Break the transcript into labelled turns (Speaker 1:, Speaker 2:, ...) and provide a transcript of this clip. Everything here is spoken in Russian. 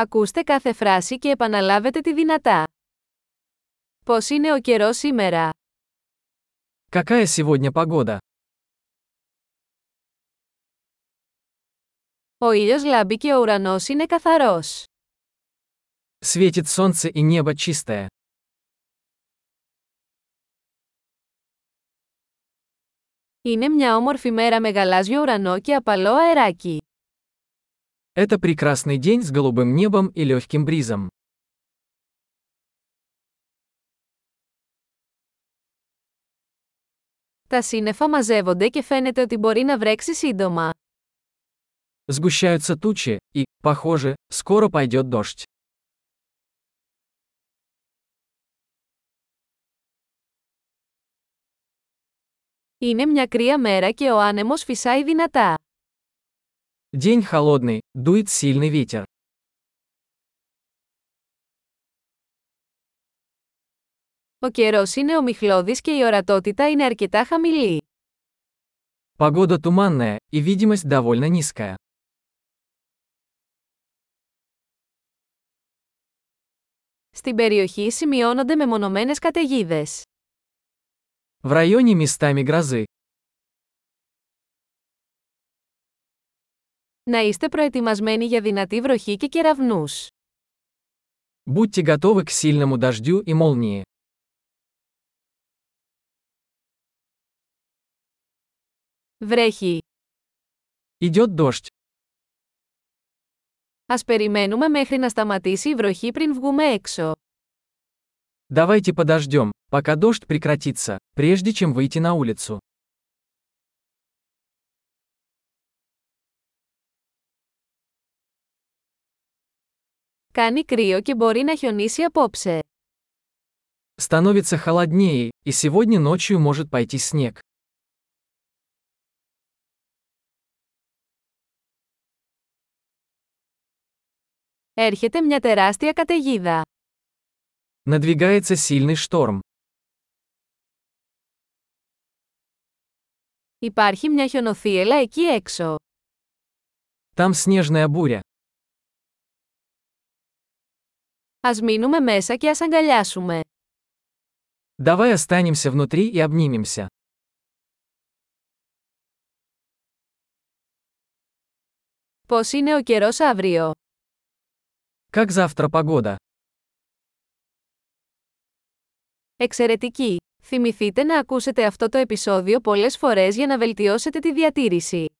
Speaker 1: Ακούστε κάθε φράση και επαναλάβετε τη δυνατά. Πώς είναι ο καιρός σήμερα?
Speaker 2: Какая сегодня погода?
Speaker 1: Ο ήλιος λάμπει και ο ουρανός είναι καθαρός.
Speaker 2: Светит солнце и небо чистое.
Speaker 1: Είναι μια όμορφη μέρα με γαλάζιο ουρανό και απαλό αεράκι.
Speaker 2: Это прекрасный день с голубым небом и легким бризом.
Speaker 1: Τα σύννεφα μαζεύονται και φαίνεται ότι μπορεί να βρέξει σύντομα.
Speaker 2: Сгущаются тучи, и, похоже, скоро пойдет дождь.
Speaker 1: Είναι μια κρύα μέρα και ο άνεμος φυσάει δυνατά.
Speaker 2: День холодный, дует сильный ветер.
Speaker 1: Ο καιρός είναι ομιχλώδης και η ορατότητα είναι αρκετά χαμηλή.
Speaker 2: Погода туманная, и видимость довольно низкая.
Speaker 1: Στην περιοχή σημειώνονται μεμονωμένες καταιγίδες.
Speaker 2: В районе местами грозы.
Speaker 1: Να είστε προετοιμασμένοι για δυνατή βροχή και κεραυνούς.
Speaker 2: Будьте готовы к сильному дождю и молнии.
Speaker 1: Βρέχει.
Speaker 2: Идет дождь.
Speaker 1: Ας περιμένουμε μέχρι να σταματήσει η βροχή πριν βγούμε έξω.
Speaker 2: Давайте подождем, пока дождь прекратится, прежде чем выйти на улицу.
Speaker 1: Κάνει κρύο και μπορεί να χιονίσει απόψε.
Speaker 2: Становится холоднее, и сегодня ночью может пойти снег.
Speaker 1: Έρχεται μια τεράστια καταιγίδα.
Speaker 2: Надвигается сильный шторм.
Speaker 1: Υπάρχει μια χιονοθύελα εκεί έξω.
Speaker 2: Там снежная буря.
Speaker 1: Ας μείνουμε μέσα και ας αγκαλιάσουμε.
Speaker 2: Давай останемся внутри и обнимемся.
Speaker 1: Πώς είναι ο καιρός αύριο?
Speaker 2: Как завтра погода?
Speaker 1: Εξαιρετική! Θυμηθείτε να ακούσετε αυτό το επεισόδιο πολλές φορές για να βελτιώσετε τη διατήρηση.